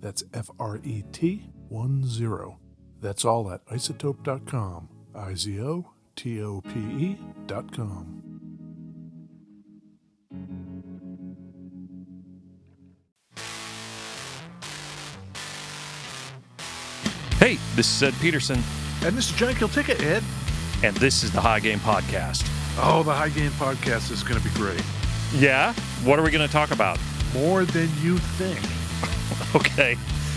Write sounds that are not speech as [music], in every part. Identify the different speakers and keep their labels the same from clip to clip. Speaker 1: That's F R E T 1 0. That's all at isotope.com. I Z O T O P E E.com.
Speaker 2: Hey, this is Ed Peterson,
Speaker 1: And this is John Kiltica, Ed.
Speaker 2: and this is the High Game Podcast.
Speaker 1: Oh, the High Gain podcast is going to be great.
Speaker 2: Yeah? What are we going to talk about? [laughs]
Speaker 1: More than you think.
Speaker 2: Okay,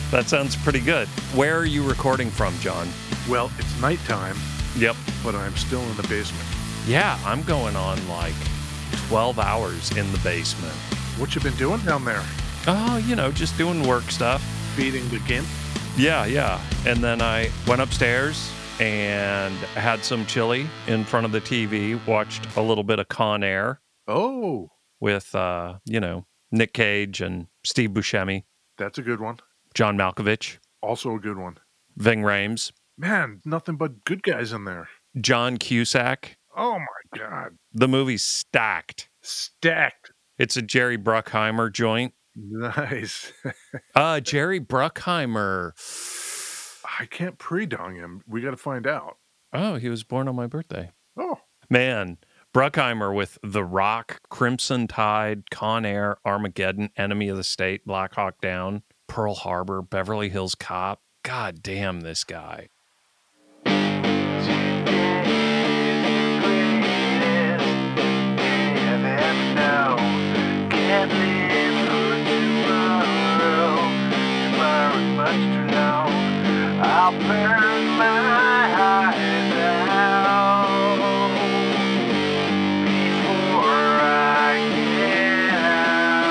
Speaker 2: that sounds pretty good. Where are you recording from, John?
Speaker 1: Well, it's nighttime,
Speaker 2: Yep.
Speaker 1: but I'm still in the basement.
Speaker 2: Yeah, I'm going on like 12 hours in the basement.
Speaker 1: What you been doing down there?
Speaker 2: Oh, you know, just doing work stuff.
Speaker 1: Feeding the gimp?
Speaker 2: Yeah, yeah. And then I went upstairs and had some chili in front of the TV, watched a little bit of Con Air
Speaker 1: Oh,
Speaker 2: with, uh, you know, Nick Cage and Steve Buscemi,
Speaker 1: that's a good one.
Speaker 2: John Malkovich,
Speaker 1: Also a good one.
Speaker 2: Ving Rhames.
Speaker 1: Man, nothing but good guys in there.
Speaker 2: John Cusack.
Speaker 1: Oh my God.
Speaker 2: The movie's stacked.
Speaker 1: Stacked.
Speaker 2: It's a Jerry Bruckheimer joint.
Speaker 1: Nice. [laughs]
Speaker 2: Uh, Jerry Bruckheimer.
Speaker 1: I can't pre dong him. We got to find out.
Speaker 2: Oh, he was born on my birthday.
Speaker 1: Oh,
Speaker 2: Man, Bruckheimer with The Rock, Crimson Tide, Con Air, Armageddon, Enemy of the State, Black Hawk Down, Pearl Harbor, Beverly Hills Cop. God damn this guy.
Speaker 3: I'll burn my eyes out before I get out.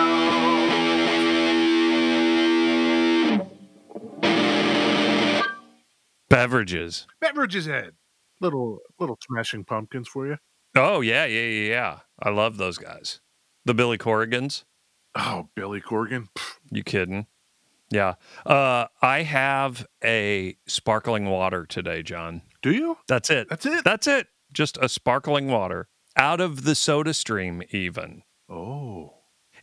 Speaker 2: Beverages.
Speaker 1: beverages head. Little little smashing pumpkins for you.
Speaker 2: Oh, yeah, yeah, yeah, yeah. I love those guys. The Billy Corrigans.
Speaker 1: Oh, Billy Corgan. [sniffs] Pff,
Speaker 2: You kidding? Yeah. Uh, I have a sparkling water today, John.
Speaker 1: Do you?
Speaker 2: That's it.
Speaker 1: That's it.
Speaker 2: That's it. Just a sparkling water out of the soda stream, even.
Speaker 1: Oh,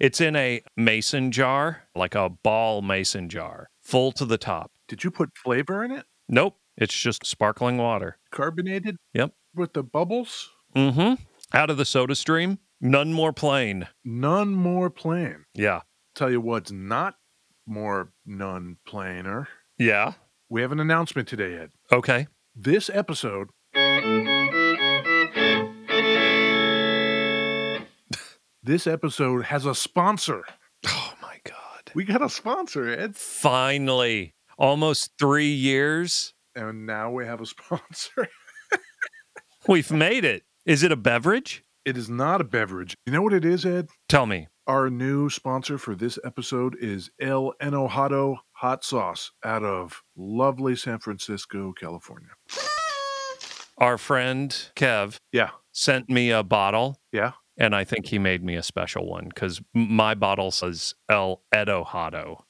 Speaker 2: It's in a mason jar, like a ball mason jar, full to the top.
Speaker 1: did you put flavor in it?
Speaker 2: Nope. It's just sparkling water.
Speaker 1: Carbonated?
Speaker 2: Yep.
Speaker 1: With the bubbles?
Speaker 2: Mm hmm. Out of the soda stream. None more plain.
Speaker 1: None more plain.
Speaker 2: Yeah.
Speaker 1: Tell you what's not more none plainer.
Speaker 2: Yeah.
Speaker 1: We have an announcement today, Ed.
Speaker 2: Okay.
Speaker 1: This episode This episode has a sponsor.
Speaker 2: Oh, my God.
Speaker 1: We got a sponsor, Ed.
Speaker 2: Finally, almost three years,
Speaker 1: And now we have a [laughs] sponsor.
Speaker 2: we've made it. Is it a beverage?
Speaker 1: It is not a beverage. You know what it is, Ed?
Speaker 2: Tell me.
Speaker 1: Our new sponsor for this episode is El Enojado Hot Sauce out of lovely San Francisco, California.
Speaker 2: Our friend Kev
Speaker 1: Yeah.
Speaker 2: sent me a bottle.
Speaker 1: Yeah.
Speaker 2: And I think he made me a special one [laughs] because my bottle says El Edo Hado.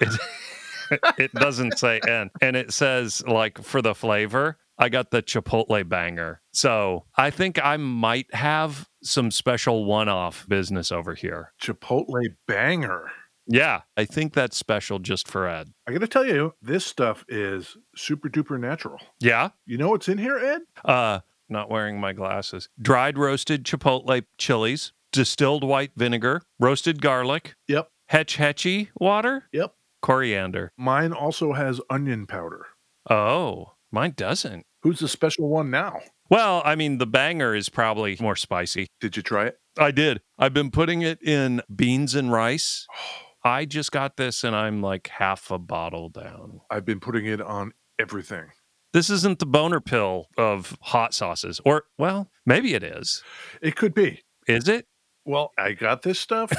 Speaker 2: [laughs] it doesn't say N. And it says, like, for the flavor, I got the Chipotle banger. So I think I might have some special one off business over here.
Speaker 1: Chipotle banger.
Speaker 2: Yeah, I think that's special just for Ed.
Speaker 1: I got to tell you, this stuff is super duper natural.
Speaker 2: Yeah.
Speaker 1: You know what's in here, Ed?
Speaker 2: Uh, not wearing my glasses. Dried roasted Chipotle chilies, distilled white vinegar, roasted garlic.
Speaker 1: Yep.
Speaker 2: Hetch hetchy water.
Speaker 1: Yep.
Speaker 2: Coriander.
Speaker 1: Mine also has onion powder.
Speaker 2: Oh, mine doesn't.
Speaker 1: Who's the special one now?
Speaker 2: Well, I mean, the banger is probably more spicy.
Speaker 1: Did you try it?
Speaker 2: I did. I've been putting it in beans and rice.
Speaker 1: Oh.
Speaker 2: I just got this and I'm like half a bottle down.
Speaker 1: I've been putting it on everything.
Speaker 2: This isn't the boner pill of hot sauces, or, well, maybe it is.
Speaker 1: It could be.
Speaker 2: Is it?
Speaker 1: Well, I got this [laughs] stuff.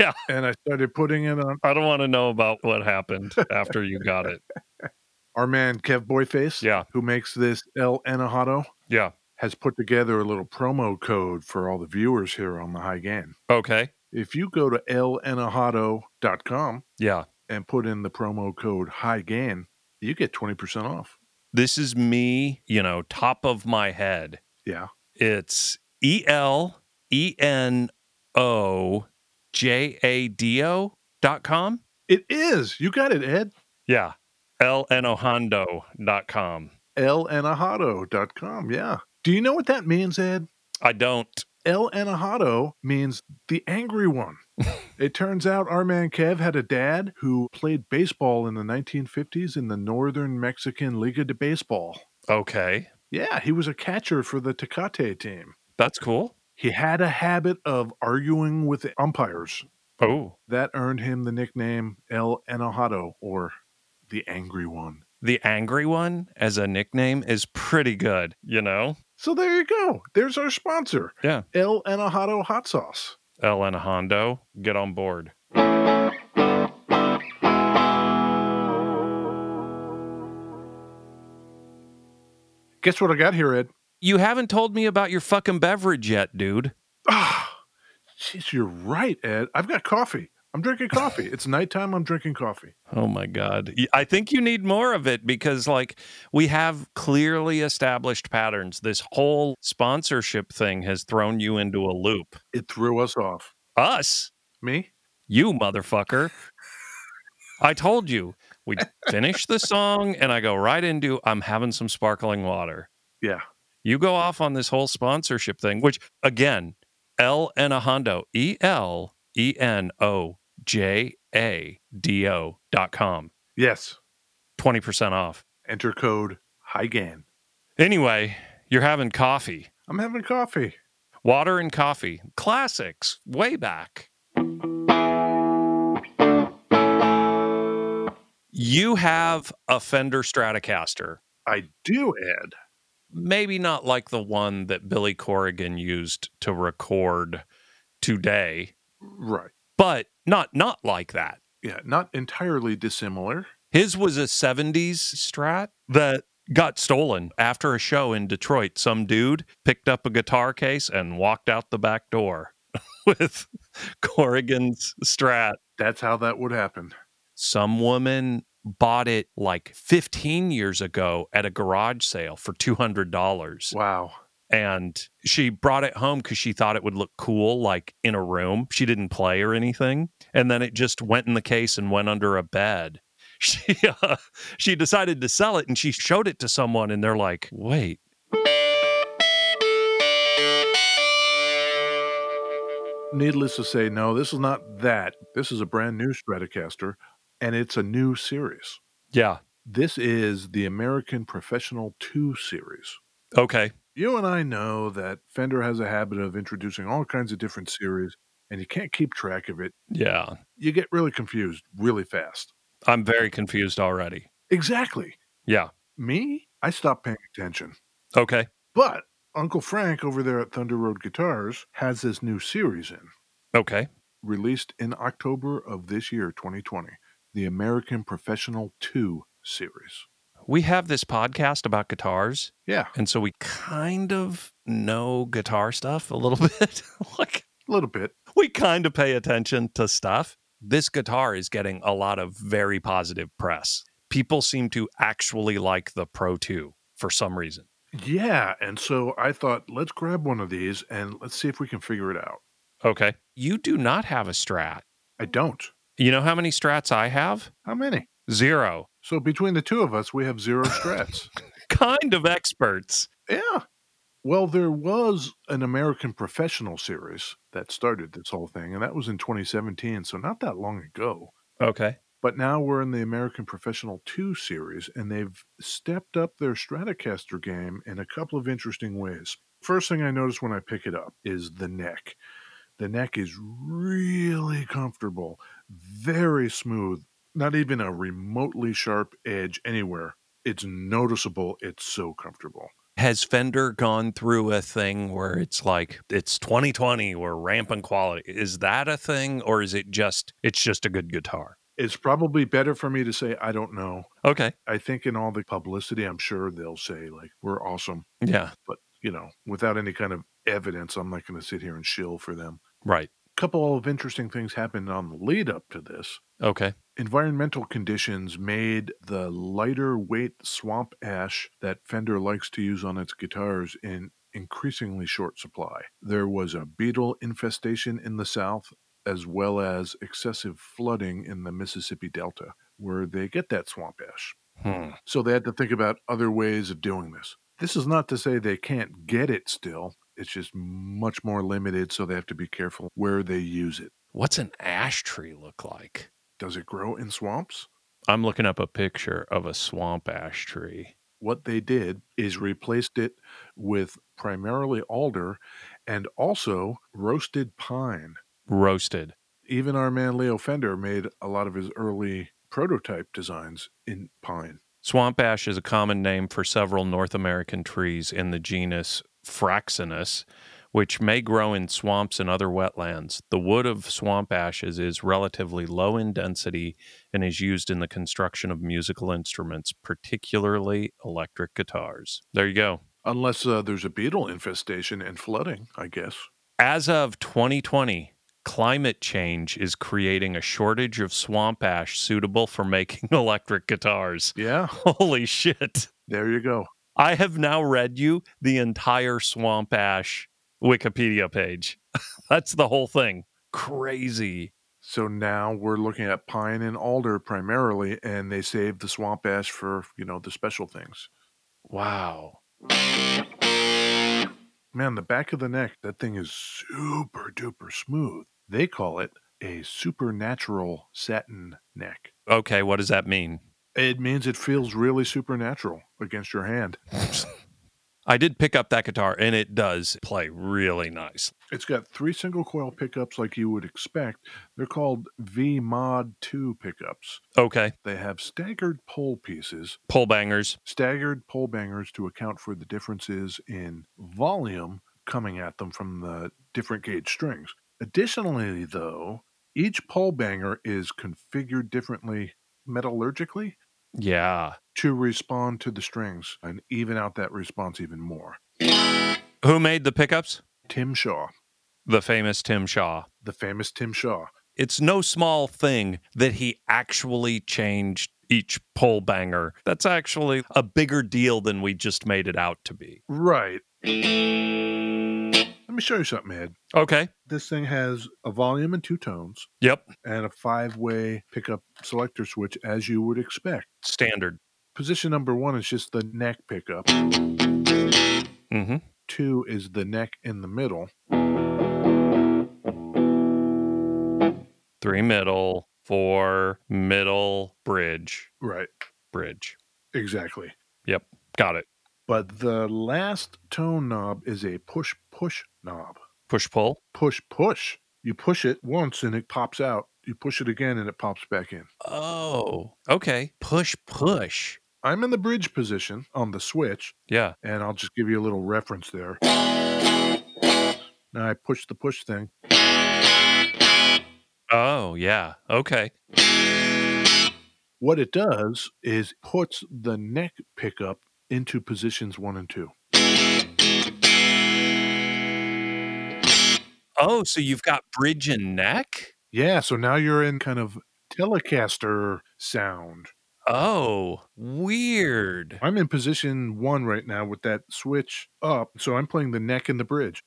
Speaker 2: Yeah.
Speaker 1: And I started putting it on
Speaker 2: I don't want to know about what happened after you got it.
Speaker 1: our man Kev Boyface,
Speaker 2: Yeah.
Speaker 1: who makes this El Enojado,
Speaker 2: Yeah.
Speaker 1: has put together a little promo code for all the viewers here on the high gain.
Speaker 2: Okay.
Speaker 1: If you go to elenojado.com
Speaker 2: Yeah.
Speaker 1: and put in the promo code high gain, you get 20% off.
Speaker 2: This is me, you know, top of my head.
Speaker 1: Yeah.
Speaker 2: It's E L E N O J A D O dot com.
Speaker 1: It is. You got it, Ed.
Speaker 2: Yeah. L N O Hondo dot com.
Speaker 1: elenojado.com. Yeah. Do you know what that means, Ed?
Speaker 2: I don't.
Speaker 1: El Enojado means the angry one. it turns out our man Kev had a dad who played baseball in the 1950s in the Northern Mexican Liga de Baseball.
Speaker 2: Okay.
Speaker 1: Yeah, he was a catcher for the Tecate team.
Speaker 2: That's cool.
Speaker 1: He had a habit of arguing with the umpires.
Speaker 2: Oh,
Speaker 1: That earned him the nickname El Enojado or the angry one.
Speaker 2: the angry one as a nickname is pretty good, you know?
Speaker 1: So there you go. There's our sponsor.
Speaker 2: Yeah.
Speaker 1: El Enojado hot sauce.
Speaker 2: L N O Hondo, get on board.
Speaker 1: Guess what I got here, Ed?
Speaker 2: You haven't told me about your fucking beverage yet, dude.
Speaker 1: Ah, jeez, you're right, Ed. I've got coffee. I'm drinking coffee. it's nighttime. I'm drinking coffee.
Speaker 2: Oh my God. Y- I think you need more of it because, like, we have clearly established patterns. This whole sponsorship thing has thrown you into a loop.
Speaker 1: It threw us off.
Speaker 2: Us,
Speaker 1: Me?
Speaker 2: you motherfucker. I told you, we finish the song and I go right into I'm having some sparkling water.
Speaker 1: Yeah.
Speaker 2: You go off on this whole sponsorship thing, which again, L and a Hondo, E L E N O J A D O dot com,
Speaker 1: Yes.
Speaker 2: 20% off.
Speaker 1: Enter code HIGAN.
Speaker 2: Anyway, you're having coffee,
Speaker 1: I'm having coffee.
Speaker 2: water and coffee, classics, way back. You have a Fender Stratocaster,
Speaker 1: I do, Ed.
Speaker 2: maybe not like the one that Billy Corrigan used to record today,
Speaker 1: Right.
Speaker 2: but not not like that.
Speaker 1: Yeah. Not entirely dissimilar.
Speaker 2: His was a 70s strat that got stolen after a show in Detroit. Some dude picked up a guitar case and walked out the back door [laughs] with Corrigan's strat.
Speaker 1: That's how that would happen.
Speaker 2: Some woman bought it like 15 years ago at a garage sale for $200
Speaker 1: Wow.
Speaker 2: and she brought it home because she thought it would look cool, like in a room. She didn't play or anything, and then it just went in the case and went under a bed. [laughs] She uh, she decided to sell it, and she showed it to someone, and they're like, "Wait."
Speaker 1: Needless to say, no, this is not that. This is a brand new Stratocaster, and it's a new series.
Speaker 2: Yeah.
Speaker 1: This is the American Professional 2 series.
Speaker 2: Okay.
Speaker 1: You and I know that Fender has a habit of introducing all kinds of different series, and you can't keep track of it.
Speaker 2: Yeah.
Speaker 1: You get really confused really fast.
Speaker 2: I'm very confused already.
Speaker 1: Exactly.
Speaker 2: Yeah.
Speaker 1: Me? I stopped paying attention.
Speaker 2: Okay.
Speaker 1: But Uncle Frank over there at Thunder Road Guitars has this new series in,
Speaker 2: Okay.
Speaker 1: released in October of this year, 2020, the American Professional 2 series.
Speaker 2: We have this podcast about guitars,
Speaker 1: Yeah,
Speaker 2: and so we kind of know guitar stuff a little [laughs] bit. like
Speaker 1: a little bit.
Speaker 2: we kind of pay attention to stuff. this guitar is getting a lot of very positive press. People seem to actually like the Pro 2 for some reason.
Speaker 1: Yeah. And so I thought, let's grab one of these and let's see if we can figure it out.
Speaker 2: Okay. You do not have a strat.
Speaker 1: I don't.
Speaker 2: You know how many strats I have?
Speaker 1: How many?
Speaker 2: Zero.
Speaker 1: So between the two of us, we have zero strats.
Speaker 2: Kind of experts.
Speaker 1: [laughs] yeah. Well, there was an American professional series that started this whole thing, and that was in 2017, so not that long ago.
Speaker 2: Okay.
Speaker 1: But now we're in the American Professional 2 series, and they've stepped up their Stratocaster game in a couple of interesting ways. First thing I notice when I pick it up is the neck. The neck is really comfortable, very smooth, not even a remotely sharp edge anywhere. It's noticeable, it's so comfortable.
Speaker 2: Has Fender gone through a thing where it's like it's 2020 we're ramping quality? Is that a thing or is it just it's just a good guitar?
Speaker 1: It's probably better for me to say, I don't know.
Speaker 2: Okay.
Speaker 1: I think in all the publicity, I'm sure they'll say, like, we're awesome.
Speaker 2: Yeah.
Speaker 1: you know, without any kind of evidence, I'm not going to sit here and shill for them.
Speaker 2: Right.
Speaker 1: couple of interesting things happened on the lead up to this.
Speaker 2: Okay.
Speaker 1: Environmental conditions made the lighter weight swamp ash that Fender likes to use on its guitars in increasingly short supply. There was a beetle infestation in the south, as well as excessive flooding in the Mississippi Delta, where they get that swamp ash.
Speaker 2: Hmm.
Speaker 1: So they had to think about other ways of doing this. This is not to say they can't get it still. It's just much more limited, so they have to be careful where they use it.
Speaker 2: What's an ash tree look like?
Speaker 1: Does it grow in swamps?
Speaker 2: I'm looking up a picture of a swamp ash tree.
Speaker 1: What they did is replaced it with primarily alder and also roasted pine.
Speaker 2: Roasted.
Speaker 1: Even our man Leo Fender made a lot of his early prototype designs in pine.
Speaker 2: Swamp ash is a common name for several North American trees in the genus Fraxinus, which may grow in swamps and other wetlands. The wood of swamp ashes is relatively low in density and is used in the construction of musical instruments, particularly electric guitars. There you go.
Speaker 1: Unless uh, there's a beetle infestation and flooding, I guess.
Speaker 2: As of 2020, climate change is creating a shortage of swamp ash suitable for making [laughs] electric guitars.
Speaker 1: Yeah,
Speaker 2: Holy shit.
Speaker 1: there you go.
Speaker 2: I have now read you the entire Swamp Ash Wikipedia page. [laughs] That's the whole thing. Crazy.
Speaker 1: So now we're looking at pine and alder primarily, and they save the swamp ash for, you know, the special things.
Speaker 2: Wow.
Speaker 1: Man, the back of the neck, that thing is super duper smooth. They call it a supernatural satin neck.
Speaker 2: Okay, what does that mean?
Speaker 1: It means it feels really supernatural against your hand.
Speaker 2: I did pick up that guitar and it does play really nice.
Speaker 1: It's got three single coil pickups like you would expect. They're called V Mod 2 pickups.
Speaker 2: Okay,
Speaker 1: They have staggered pole pieces
Speaker 2: pull bangers.
Speaker 1: staggered pole bangers to account for the differences in volume coming at them from the different gauge strings. Additionally, though, each pole banger is configured differently metallurgically
Speaker 2: Yeah.
Speaker 1: to respond to the strings and even out that response even more.
Speaker 2: Who made the pickups?
Speaker 1: Tim Shaw,
Speaker 2: The famous Tim Shaw.
Speaker 1: the famous Tim Shaw.
Speaker 2: It's no small thing that he actually changed each pole banger. That's actually a bigger deal than we just made it out to be.
Speaker 1: Right. Let me show you something, Ed.
Speaker 2: Okay.
Speaker 1: This thing has a volume and two tones
Speaker 2: Yep.
Speaker 1: and a five way pickup selector switch, as you would expect.
Speaker 2: Standard.
Speaker 1: Position number one is just the neck pickup.
Speaker 2: Mm-hmm.
Speaker 1: Two is the neck in the middle.
Speaker 2: Three middle, four middle, bridge,
Speaker 1: Right.
Speaker 2: bridge.
Speaker 1: Exactly.
Speaker 2: Got it.
Speaker 1: But the last tone knob is a push push knob.
Speaker 2: Push pull.
Speaker 1: Push push. You push it once and it pops out. You push it again and it pops back in.
Speaker 2: Oh, okay. Push push.
Speaker 1: I'm in the bridge position on the switch,
Speaker 2: Yeah.
Speaker 1: and I'll just give you a little reference there. Now I push the push thing.
Speaker 2: Oh, yeah. Okay.
Speaker 1: What it does is puts the neck pickup into positions one and two.
Speaker 2: Oh, so you've got bridge and neck?
Speaker 1: Yeah, so now you're in kind of Telecaster sound.
Speaker 2: Oh, weird.
Speaker 1: I'm in position one right now with that switch up, so I'm playing the neck and the bridge.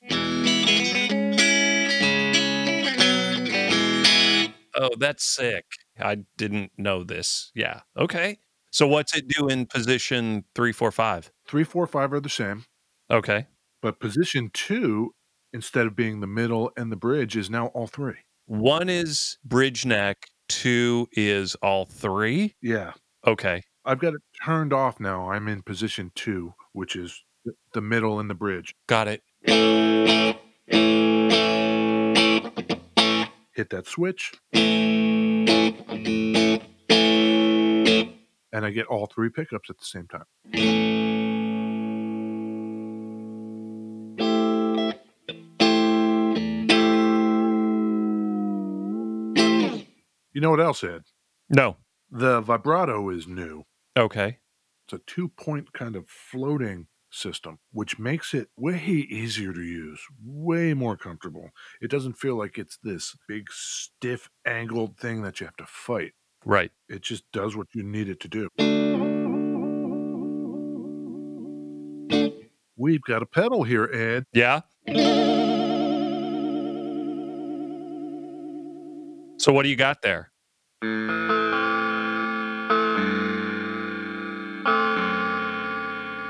Speaker 2: Oh, that's sick. I didn't know this. Yeah. Okay. So what's it do in position three, four, five?
Speaker 1: Three, four, five are the same,
Speaker 2: Okay.
Speaker 1: but position two, instead of being the middle and the bridge, is now all three.
Speaker 2: One is bridge neck, two is all three.
Speaker 1: Yeah,
Speaker 2: Okay.
Speaker 1: I've got it turned off now. I'm in position two, which is th- the middle and the bridge.
Speaker 2: Got it.
Speaker 1: Hit that switch, and I get all three pickups at the same time. You know what else, Ed?
Speaker 2: No.
Speaker 1: The vibrato is new.
Speaker 2: Okay.
Speaker 1: It's a two point kind of floating system, which makes it way easier to use, way more comfortable. It doesn't feel like it's this big, stiff, angled thing that you have to fight.
Speaker 2: Right.
Speaker 1: It just does what you need it to do. We've got a pedal here, Ed.
Speaker 2: Yeah. So what do you got there?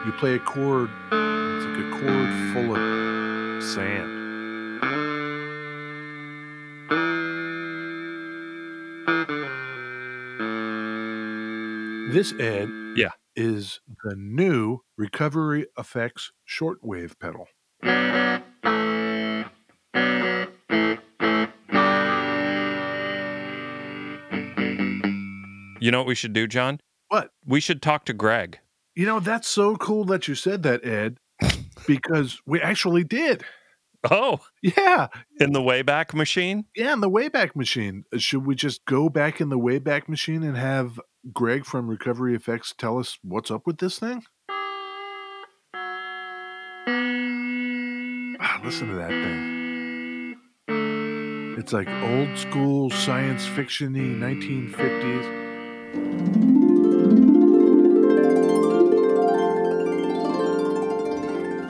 Speaker 1: You play a chord, it's like a chord full of sand. This, Ed,
Speaker 2: Yeah.
Speaker 1: is the new Recovery Effects shortwave pedal.
Speaker 2: You know what we should do, John?
Speaker 1: What?
Speaker 2: We should talk to Greg.
Speaker 1: You know, that's so cool that you said that, Ed, because we actually did. [laughs]
Speaker 2: Oh,
Speaker 1: Yeah.
Speaker 2: in the Wayback Machine?
Speaker 1: Yeah, in the Wayback Machine. uh, Should we just go back in the Wayback Machine and have Greg from Recovery Effects tell us what's up with this thing? Ah, listen to that thing. It's like old school science fiction y 1950s.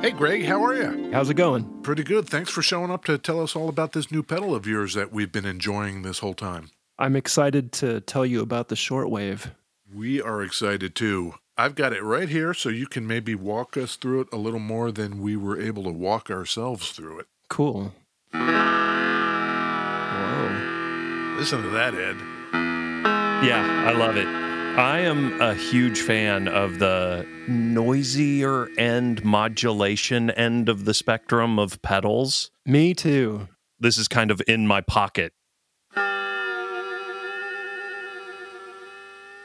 Speaker 1: Hey, Greg, how are you?
Speaker 4: How's it going?
Speaker 1: Pretty good. Thanks for showing up to tell us all about this new pedal of yours that we've been enjoying this whole time.
Speaker 4: I'm excited to tell you about the shortwave.
Speaker 1: We are excited too. I've got it right here, so you can maybe walk us through it a little more than we were able to walk ourselves through it.
Speaker 4: Cool. Whoa.
Speaker 1: Listen to that, Ed.
Speaker 2: Yeah, I love it. I am a huge fan of the noisier end modulation end of the spectrum of pedals.
Speaker 4: Me too.
Speaker 2: This is kind of in my pocket.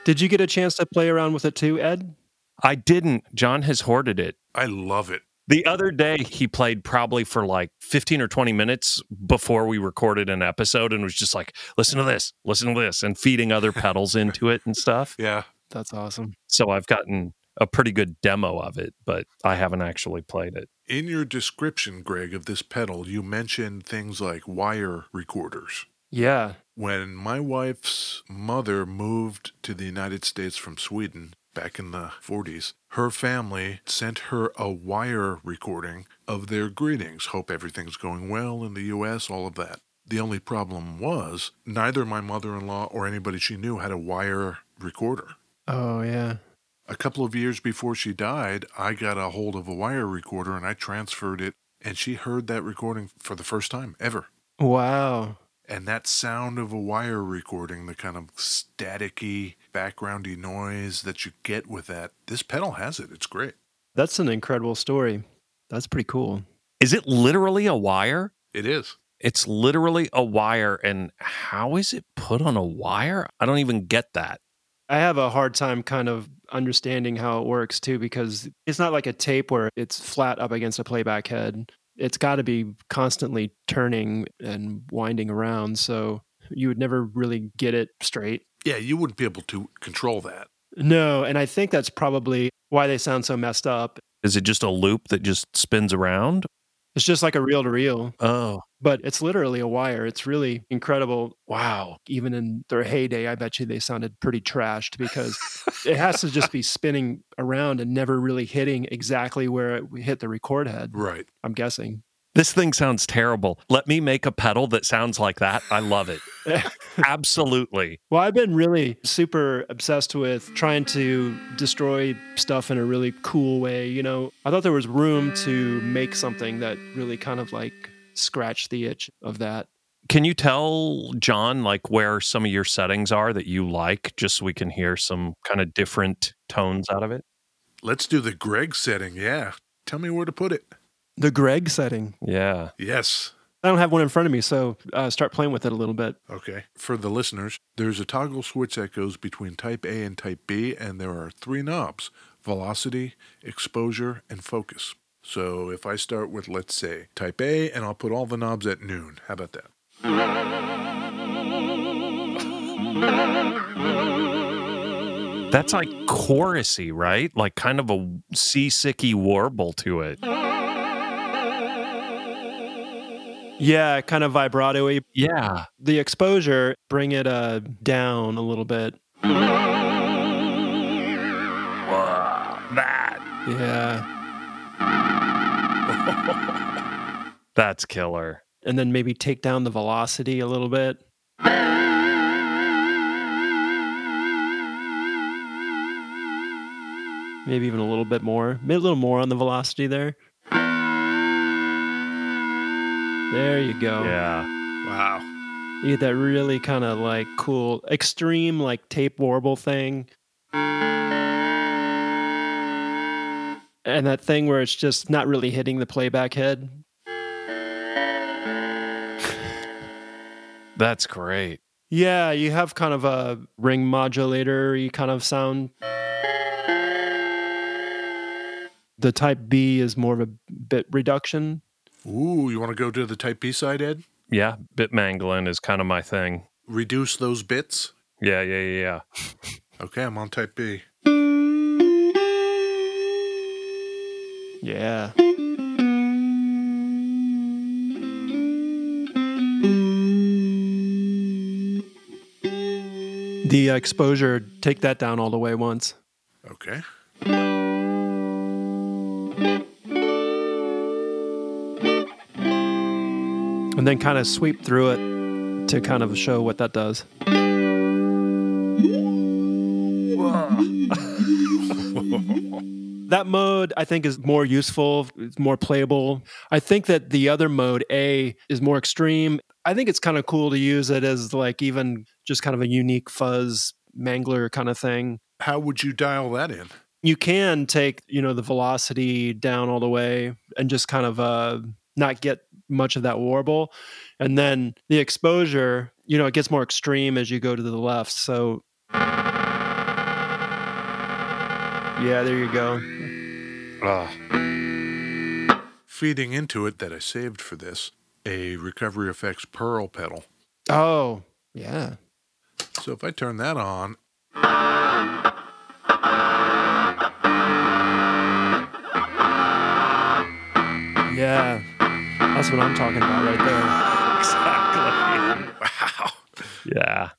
Speaker 4: Did you get a chance to play around with it too, Ed?
Speaker 2: I didn't. John has hoarded it.
Speaker 1: I love it.
Speaker 2: The other day, he played probably for like 15 or 20 minutes before we recorded an episode and was just like, listen to this, listen to this, and feeding other pedals into it and stuff.
Speaker 1: Yeah.
Speaker 4: That's awesome.
Speaker 2: So I've gotten a pretty good demo of it, but I haven't actually played it.
Speaker 1: In your description, Greg, of this pedal, you mentioned things like wire recorders.
Speaker 4: Yeah.
Speaker 1: When my wife's mother moved to the United States from Sweden back in the 40s, her family sent her a wire recording of their greetings. Hope everything's going well in the US, all of that. The only problem was neither my mother in law or anybody she knew had a wire recorder.
Speaker 4: Oh, yeah.
Speaker 1: A couple of years before she died, I got a hold of a wire recorder and I transferred it, and she heard that recording for the first time ever.
Speaker 4: Wow.
Speaker 1: And that sound of a wire recording, the kind of staticky, backgroundy noise that you get with that, this pedal has it. It's great.
Speaker 4: That's an incredible story. That's pretty cool.
Speaker 2: Is it literally a wire?
Speaker 1: It is.
Speaker 2: It's literally a wire. And how is it put on a wire? I don't even get that.
Speaker 4: I have a hard time kind of understanding how it works too, because it's not like a tape where it's flat up against a playback head. It's got to be constantly turning and winding around. So you would never really get it straight.
Speaker 1: Yeah, you wouldn't be able to control that.
Speaker 4: No. And I think that's probably why they sound so messed up.
Speaker 2: Is it just a loop that just spins around?
Speaker 4: It's just like a reel to reel,
Speaker 2: Oh,
Speaker 4: but it's literally a wire. It's really incredible.
Speaker 2: wow.
Speaker 4: Even in their heyday, I bet you they sounded pretty trashed because it has to just be spinning around and never really hitting exactly where it hit the record head.
Speaker 1: Right.
Speaker 4: I'm guessing.
Speaker 2: This thing sounds terrible. Let me make a pedal that sounds like that. I love [laughs] it. Absolutely.
Speaker 4: Well, I've been really super obsessed with trying to destroy stuff in a really cool way. You know, I thought there was room to make something that really kind of like scratched the itch of that.
Speaker 2: Can you tell John like where some of your settings are that you like just so we can hear some kind of different tones out of it?
Speaker 1: Let's do the Greg setting. Yeah. Tell me where to put it.
Speaker 4: The Greg setting.
Speaker 2: Yeah.
Speaker 1: Yes.
Speaker 4: I don't have one in front of me, so uh, start playing with it a little bit.
Speaker 1: Okay. For the listeners, there's a toggle switch that goes between type A and type B, and there are three knobs velocity, exposure, and focus. So if I start with, let's say, type A, and I'll put all the knobs at noon. How about that?
Speaker 2: That's like chorusy, right? Like kind of a seasicky warble to it.
Speaker 4: Yeah, kind of vibrato y.
Speaker 2: Yeah.
Speaker 4: The exposure, bring it uh, down a little bit.
Speaker 2: That.
Speaker 4: Yeah.
Speaker 2: That's killer.
Speaker 4: And then maybe take down the velocity a little bit. Maybe even a little bit more. Maybe a little more on the velocity there. There you go.
Speaker 2: Yeah.
Speaker 1: Wow.
Speaker 4: You get that really kind of like cool, extreme, like tape warble thing. And that thing where it's just not really hitting the playback head.
Speaker 2: That's great.
Speaker 4: Yeah, you have kind of a ring modulator kind of sound. The type B is more of a bit reduction.
Speaker 1: Ooh, you want to go to the type B side, Ed?
Speaker 2: Yeah. Bit mangling is kind of my thing.
Speaker 1: Reduce those bits.
Speaker 2: Yeah. Yeah. Yeah. yeah.
Speaker 1: Okay, I'm on type B.
Speaker 4: Yeah. The uh, exposure, take that down all the way once.
Speaker 1: Okay.
Speaker 4: and then kind of sweep through it to kind of show what that does. [laughs] that mode I think is more useful, it's more playable. I think that the other mode A is more extreme. I think it's kind of cool to use it as like even just kind of a unique fuzz mangler kind of thing
Speaker 1: How would you dial that in?
Speaker 4: you can take you know the velocity down all the way and just kind of uh not get much of that warble and then the exposure you know it gets more extreme as you go to the left so yeah there you go
Speaker 1: Feeding into it that I saved for this, a Recovery Effects Pearl pedal.
Speaker 4: oh yeah
Speaker 1: So if I turn that on, [laughs]
Speaker 4: yeah that's what i'm talking about right there
Speaker 2: Exactly.
Speaker 1: wow.
Speaker 2: Yeah.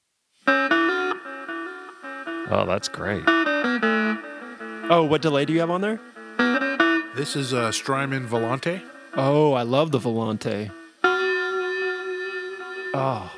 Speaker 2: Oh, that's great.
Speaker 4: oh what delay do you have on there
Speaker 1: This is a Strymon Volante.
Speaker 4: oh i love the volante oh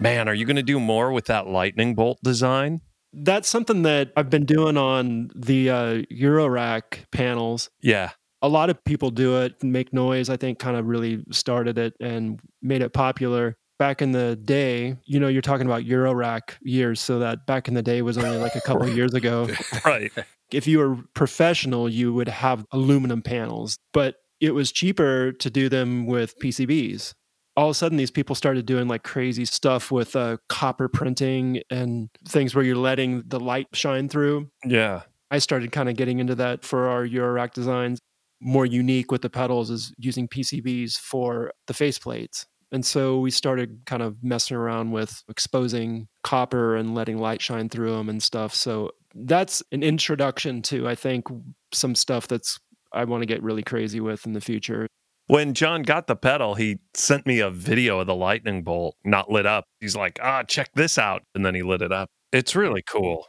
Speaker 2: Man, are you going to do more with that lightning bolt design?
Speaker 4: that's something that I've been doing on the uh, Eurorack panels.
Speaker 2: Yeah.
Speaker 4: A lot of people do it. Make Noise, I think, kind of really started it and made it popular. Back in the day, you know, you're talking about Eurorack years, so that back in the day was only like a couple of years ago.
Speaker 2: [laughs] Right.
Speaker 4: If you were professional, you would have aluminum panels, but it was cheaper to do them with PCBs. All of a sudden, these people started doing like crazy stuff with uh, copper printing and things where you're letting the light shine through.
Speaker 2: yeah.
Speaker 4: I started kind of getting into that for our Eurorack designs. More unique with the pedals is using PCBs for the faceplates And so we started kind of messing around with exposing copper and letting light shine through them and stuff. So that's an introduction to, I think, some stuff that's I want to get really crazy with in the future.
Speaker 2: When John got the pedal, he sent me a video of the lightning bolt not lit up. He's like, ah, check this out. And then he lit it up. It's really cool.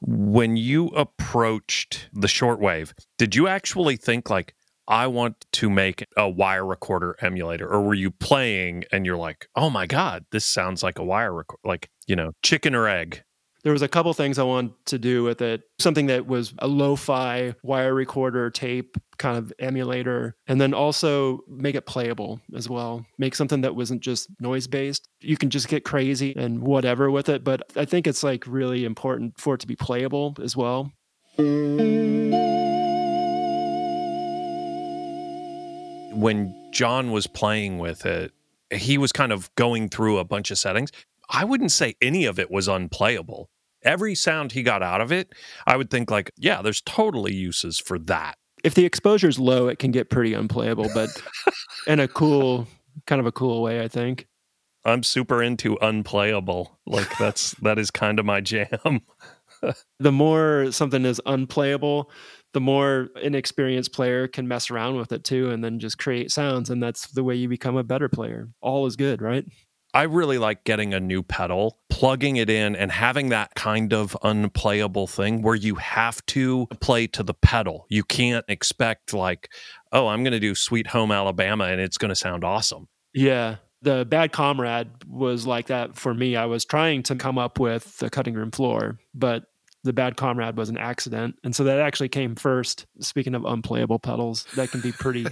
Speaker 2: When you approached the shortwave, did you actually think, like, I want to make a wire recorder emulator? Or were you playing and you're like, oh my God, this sounds like a wire recorder, like, you know, chicken or egg?
Speaker 4: There was a couple things I wanted to do with it. Something that was a lo-fi wire recorder tape kind of emulator and then also make it playable as well. Make something that wasn't just noise based. You can just get crazy and whatever with it, but I think it's like really important for it to be playable as well.
Speaker 2: When John was playing with it, he was kind of going through a bunch of settings. I wouldn't say any of it was unplayable. Every sound he got out of it, I would think like, yeah, there's totally uses for that.
Speaker 4: If the exposure's low, it can get pretty unplayable, but in a cool kind of a cool way, I think.
Speaker 2: I'm super into unplayable. Like that's that is kind of my jam. [laughs]
Speaker 4: The more something is unplayable, the more an experienced player can mess around with it too and then just create sounds and that's the way you become a better player. All is good, right?
Speaker 2: I really like getting a new pedal, plugging it in, and having that kind of unplayable thing where you have to play to the pedal. You can't expect, like, oh, I'm going to do Sweet Home Alabama and it's going to sound awesome.
Speaker 4: Yeah. The Bad Comrade was like that for me. I was trying to come up with the cutting room floor, but the Bad Comrade was an accident. And so that actually came first. Speaking of unplayable pedals, that can be [laughs] pretty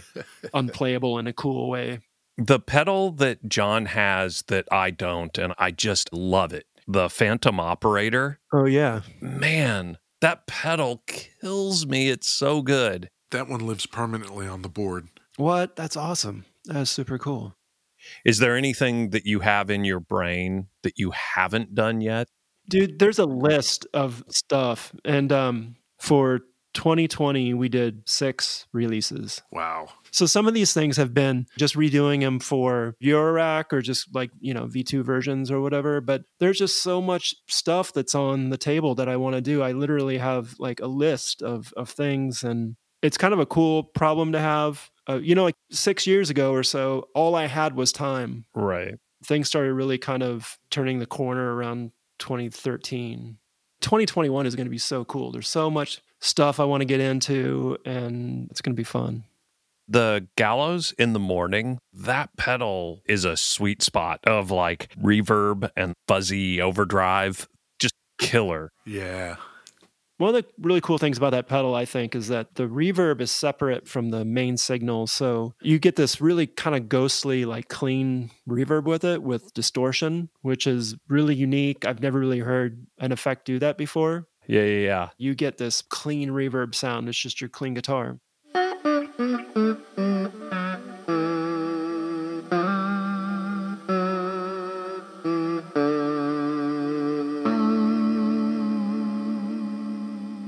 Speaker 4: unplayable in a cool way.
Speaker 2: The pedal that John has that I don't, and I just love it the Phantom Operator.
Speaker 4: Oh, yeah.
Speaker 2: Man, that pedal kills me. It's so good.
Speaker 1: That one lives permanently on the board.
Speaker 4: What? That's awesome. That's super cool.
Speaker 2: Is there anything that you have in your brain that you haven't done yet?
Speaker 4: Dude, there's a list of stuff. And um, for 2020, we did six releases.
Speaker 1: Wow.
Speaker 4: So some of these things have been just redoing them for Eurorack or just like, you know, V2 versions or whatever. But there's just so much stuff that's on the table that I want to do. I literally have like a list of, of things and it's kind of a cool problem to have. Uh, you know, like six years ago or so, all I had was time.
Speaker 2: Right.
Speaker 4: Things started really kind of turning the corner around 2013. 2021 is going to be so cool. There's so much stuff I want to get into, and it's going to be fun.
Speaker 2: The gallows in the morning, that pedal is a sweet spot of like reverb and fuzzy overdrive. Just killer.
Speaker 1: Yeah.
Speaker 4: One of the really cool things about that pedal, I think, is that the reverb is separate from the main signal. So you get this really kind of ghostly, like clean reverb with it, with distortion, which is really unique. I've never really heard an effect do that before.
Speaker 2: Yeah, yeah, yeah.
Speaker 4: You get this clean reverb sound. It's just your clean guitar.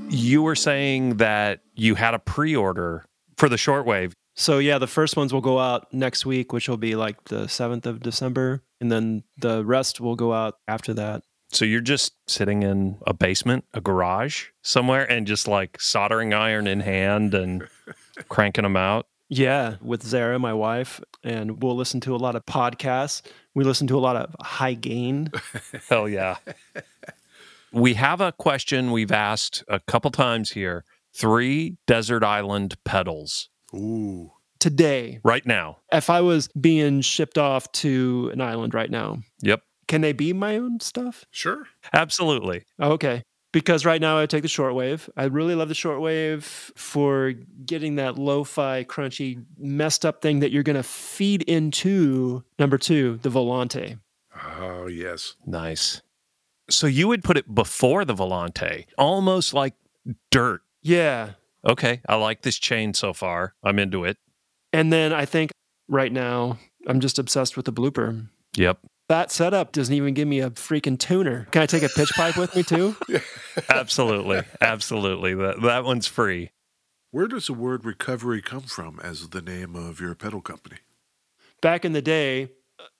Speaker 2: You were saying that you had a pre order for the shortwave.
Speaker 4: So yeah, the first ones will go out next week, which will be like the 7th of December, and then the rest will go out after that.
Speaker 2: So you're just sitting in a basement, a garage somewhere, and just like soldering iron in hand and cranking them out.
Speaker 4: Yeah, with Zara, my wife, and we'll listen to a lot of podcasts. We listen to a lot of high gain.
Speaker 2: Hell yeah. we have a question we've asked a couple times here three desert island pedals
Speaker 1: Ooh.
Speaker 4: Today,
Speaker 2: right now.
Speaker 4: if I was being shipped off to an island right now,
Speaker 2: Yep.
Speaker 4: can they be my own stuff?
Speaker 1: Sure.
Speaker 2: Absolutely.
Speaker 4: Oh, okay. Because right now I take the shortwave. I really love the shortwave for getting that lo fi, crunchy, messed up thing that you're going to feed into number two, the Volante.
Speaker 1: Oh, yes.
Speaker 2: Nice. So you would put it before the Volante, almost like dirt.
Speaker 4: Yeah.
Speaker 2: Okay. I like this chain so far. I'm into it.
Speaker 4: And then I think right now I'm just obsessed with the blooper.
Speaker 2: Yep.
Speaker 4: That setup doesn't even give me a freaking tuner. Can I take a pitch pipe with me too?
Speaker 2: Absolutely. Absolutely. That, that one's free.
Speaker 1: Where does the word recovery come from as the name of your pedal company?
Speaker 4: back in the day,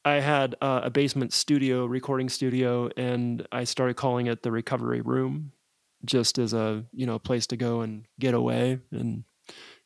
Speaker 4: I had uh, a basement studio, recording studio, and I started calling it the recovery room, just as a you know place to go and get away, and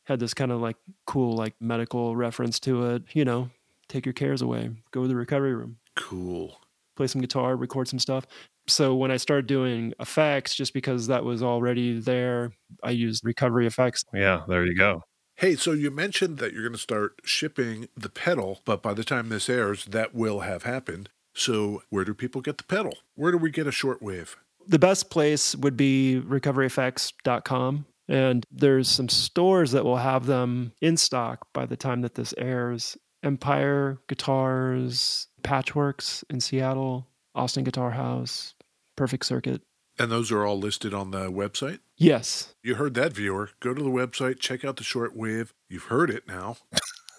Speaker 4: had this kind of like cool like medical reference to it. You know, take your cares away, go to the recovery room
Speaker 1: Cool.
Speaker 4: play some guitar, record some stuff. So when I started doing effects, just because that was already there, I used recovery effects.
Speaker 2: Yeah, there you go.
Speaker 1: Hey, so you mentioned that you're going to start shipping the pedal, but by the time this airs, that will have happened. So, where do people get the pedal? Where do we get a shortwave?
Speaker 4: The best place would be recoveryeffects.com. And there's some stores that will have them in stock by the time that this airs. Empire Guitars, Patchworks in Seattle, Austin Guitar House, Perfect Circuit.
Speaker 1: And those are all listed on the website.
Speaker 4: Yes.
Speaker 1: You heard that, viewer. Go to the website, check out the shortwave. You've heard it now.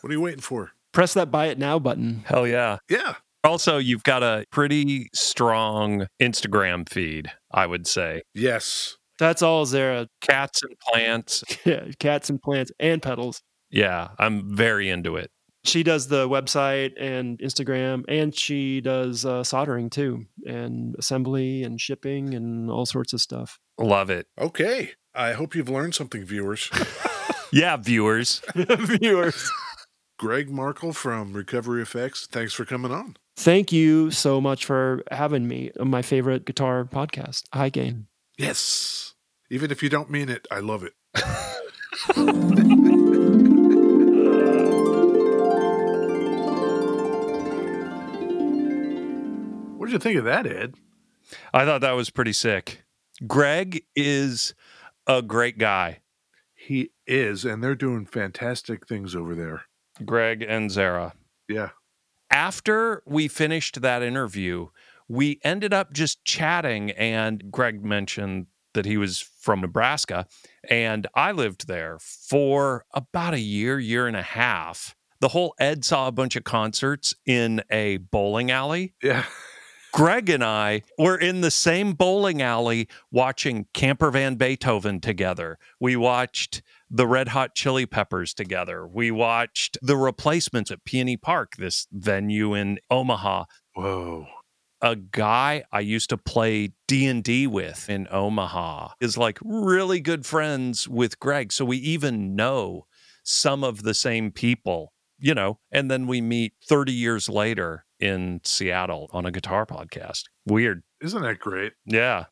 Speaker 1: What are you waiting for?
Speaker 4: Press that buy it now button.
Speaker 2: Hell yeah.
Speaker 1: Yeah.
Speaker 2: Also, you've got a pretty strong Instagram feed, I would say.
Speaker 1: Yes.
Speaker 4: That's all Zara. [laughs]
Speaker 2: Cats and plants.
Speaker 4: Yeah, cats and plants and pedals.
Speaker 2: Yeah, I'm very into it.
Speaker 4: she does the website and Instagram, and she does uh, soldering too, and assembly and shipping and all sorts of stuff. [laughs]
Speaker 2: Love it.
Speaker 1: Okay. I hope you've learned something, viewers.
Speaker 2: Yeah, viewers.
Speaker 4: Viewers,
Speaker 1: Greg Markle from Recovery Effects, thanks for coming on.
Speaker 4: thank you so much for having me on my favorite guitar podcast, High Gain.
Speaker 1: Yes. Even if you don't mean it, I love it. [laughs] what did you think of that, Ed?
Speaker 2: I thought that was pretty sick. Greg is a great guy.
Speaker 1: He is, and they're doing fantastic things over there.
Speaker 2: Greg and Zara.
Speaker 1: Yeah.
Speaker 2: after we finished that interview, we ended up just chatting, and Greg mentioned that he was from Nebraska, and I lived there for about a year, year and a half. The whole Ed saw a bunch of concerts in a bowling alley.
Speaker 1: Yeah.
Speaker 2: Greg and I were in the same bowling alley watching Camper Van Beethoven together. We watched the Red Hot Chili Peppers together. We watched the replacements at Peony Park, this venue in Omaha.
Speaker 1: Whoa.
Speaker 2: A guy I used to play D&D with in Omaha is like really good friends with Greg, so we even know some of the same people, you know. And then we meet 30 years later in Seattle on a guitar podcast. Weird.
Speaker 1: Isn't that great?
Speaker 2: Yeah.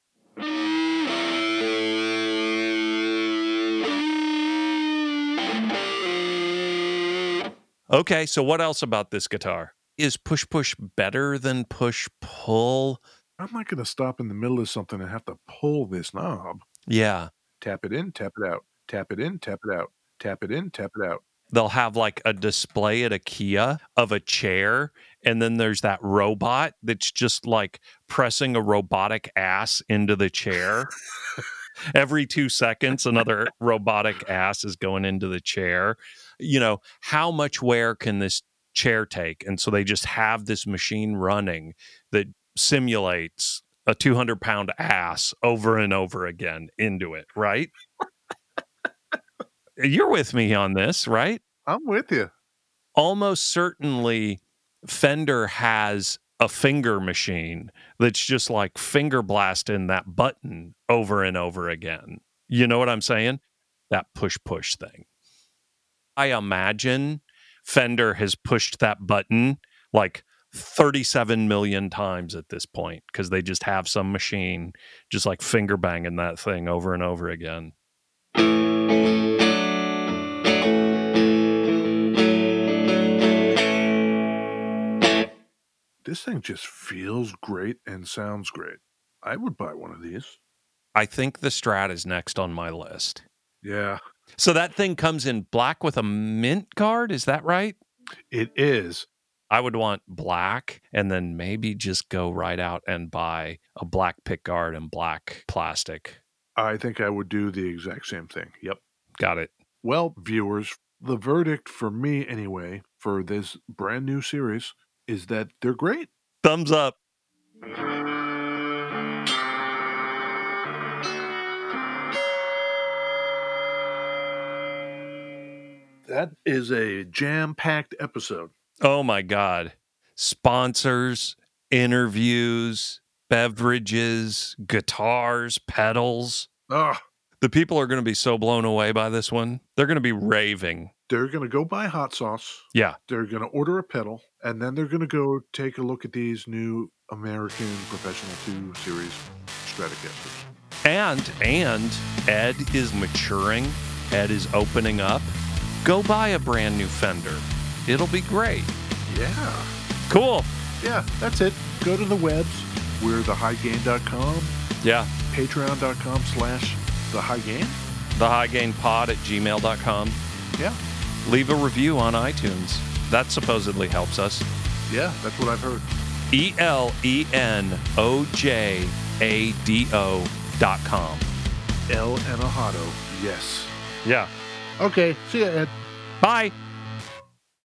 Speaker 2: Okay, so what else about this guitar? Is push push better than push pull?
Speaker 1: I'm not going to stop in the middle of something and have to pull this knob.
Speaker 2: Yeah.
Speaker 1: Tap it in, tap it out. Tap it in, tap it out. Tap it in, tap it out.
Speaker 2: They'll have like a display at IKEA of a chair, and then there's that robot that's just like pressing a robotic ass into the chair. Every two seconds, another robotic ass is going into the chair. You know, how much wear can this chair take? And so they just have this machine running that simulates a 200 pound ass over and over again into it, right? You're with me on this, right?
Speaker 1: I'm with you.
Speaker 2: almost certainly Fender has a finger machine that's just like finger blasting that button over and over again. You know what I'm saying? That push push thing. I imagine Fender has pushed that button like 37 million times at this point because they just have some machine just like finger banging that thing over and over again.
Speaker 1: This thing just feels great and sounds great. I would buy one of these.
Speaker 2: I think the Strat is next on my list.
Speaker 1: Yeah,
Speaker 2: So that thing comes in black with a mint card. Is that right?
Speaker 1: it is.
Speaker 2: I would want black and then maybe just go right out and buy a black pick guard and black plastic.
Speaker 1: I think I would do the exact same thing. Yep.
Speaker 2: Got it.
Speaker 1: Well, viewers, the verdict for me anyway for this brand new series is that they're great.
Speaker 2: Thumbs up.
Speaker 1: That is a jam packed episode.
Speaker 2: Oh my God. Sponsors, interviews, beverages, guitars, pedals.
Speaker 1: Ah,
Speaker 2: The people are going to be so blown away by this one. They're going to be raving.
Speaker 1: they're going to go buy hot sauce.
Speaker 2: Yeah.
Speaker 1: They're going to order a pedal, and then they're going to go take a look at these new American Professional 2 Series Stratocasters.
Speaker 2: And, and Ed is maturing. Ed is opening up. Go buy a brand new Fender. It'll be great.
Speaker 1: Yeah.
Speaker 2: Cool.
Speaker 1: Yeah, that's it. Go to the webs. We're thehighgain.com,
Speaker 2: Yeah.
Speaker 1: patreon.com slash thehighgain.
Speaker 2: The high gain pod at gmail.com.
Speaker 1: Yeah.
Speaker 2: Leave a review on iTunes. That supposedly helps us.
Speaker 1: Yeah, that's what I've heard.
Speaker 2: E L E N O J A D O dot com.
Speaker 1: El Enojado. Yes.
Speaker 2: Yeah.
Speaker 1: Okay, see ya, Ed.
Speaker 2: Bye.